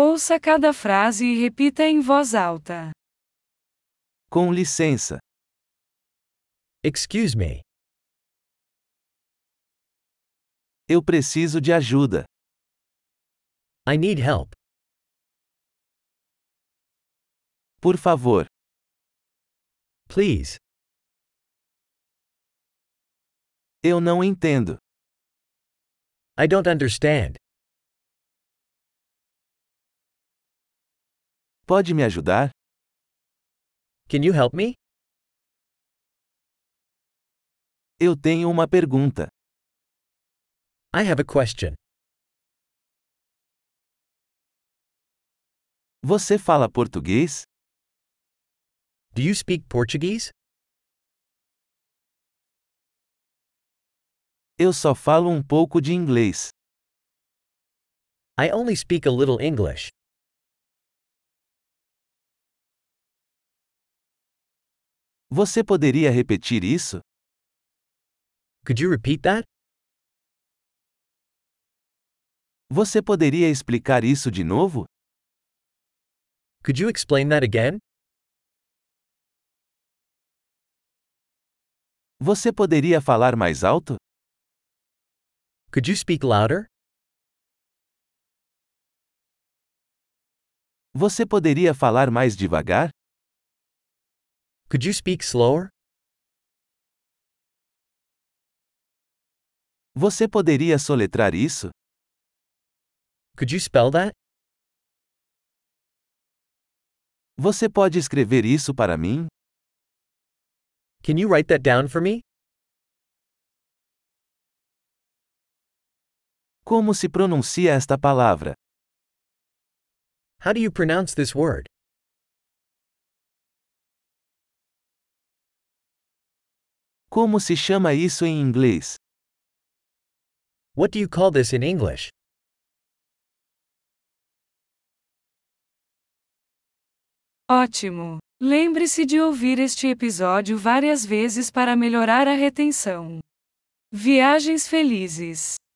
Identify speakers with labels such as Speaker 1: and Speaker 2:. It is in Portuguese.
Speaker 1: Ouça cada frase e repita em voz alta.
Speaker 2: Com licença.
Speaker 3: Excuse me.
Speaker 2: Eu preciso de ajuda.
Speaker 3: I need help.
Speaker 2: Por favor,
Speaker 3: Please.
Speaker 2: eu não entendo.
Speaker 3: I don't understand.
Speaker 2: Pode me ajudar?
Speaker 3: Can you help me?
Speaker 2: Eu tenho uma pergunta.
Speaker 3: I have a question.
Speaker 2: Você fala português?
Speaker 3: Do you speak Portuguese?
Speaker 2: Eu só falo um pouco de inglês.
Speaker 3: I only speak a little English.
Speaker 2: Você poderia repetir isso?
Speaker 3: Could you repeat that?
Speaker 2: Você poderia explicar isso de novo?
Speaker 3: Could you explain that again?
Speaker 2: Você poderia falar mais alto?
Speaker 3: Could you speak louder?
Speaker 2: Você poderia falar mais devagar?
Speaker 3: Could you speak slower?
Speaker 2: Você poderia soletrar isso?
Speaker 3: Could you spell that?
Speaker 2: Você pode escrever isso para mim?
Speaker 3: Can you write that down for me?
Speaker 2: Como se pronuncia esta palavra?
Speaker 3: How do you pronounce this word?
Speaker 2: Como se chama isso em inglês?
Speaker 3: What do you call this in English?
Speaker 1: Ótimo! Lembre-se de ouvir este episódio várias vezes para melhorar a retenção. Viagens felizes!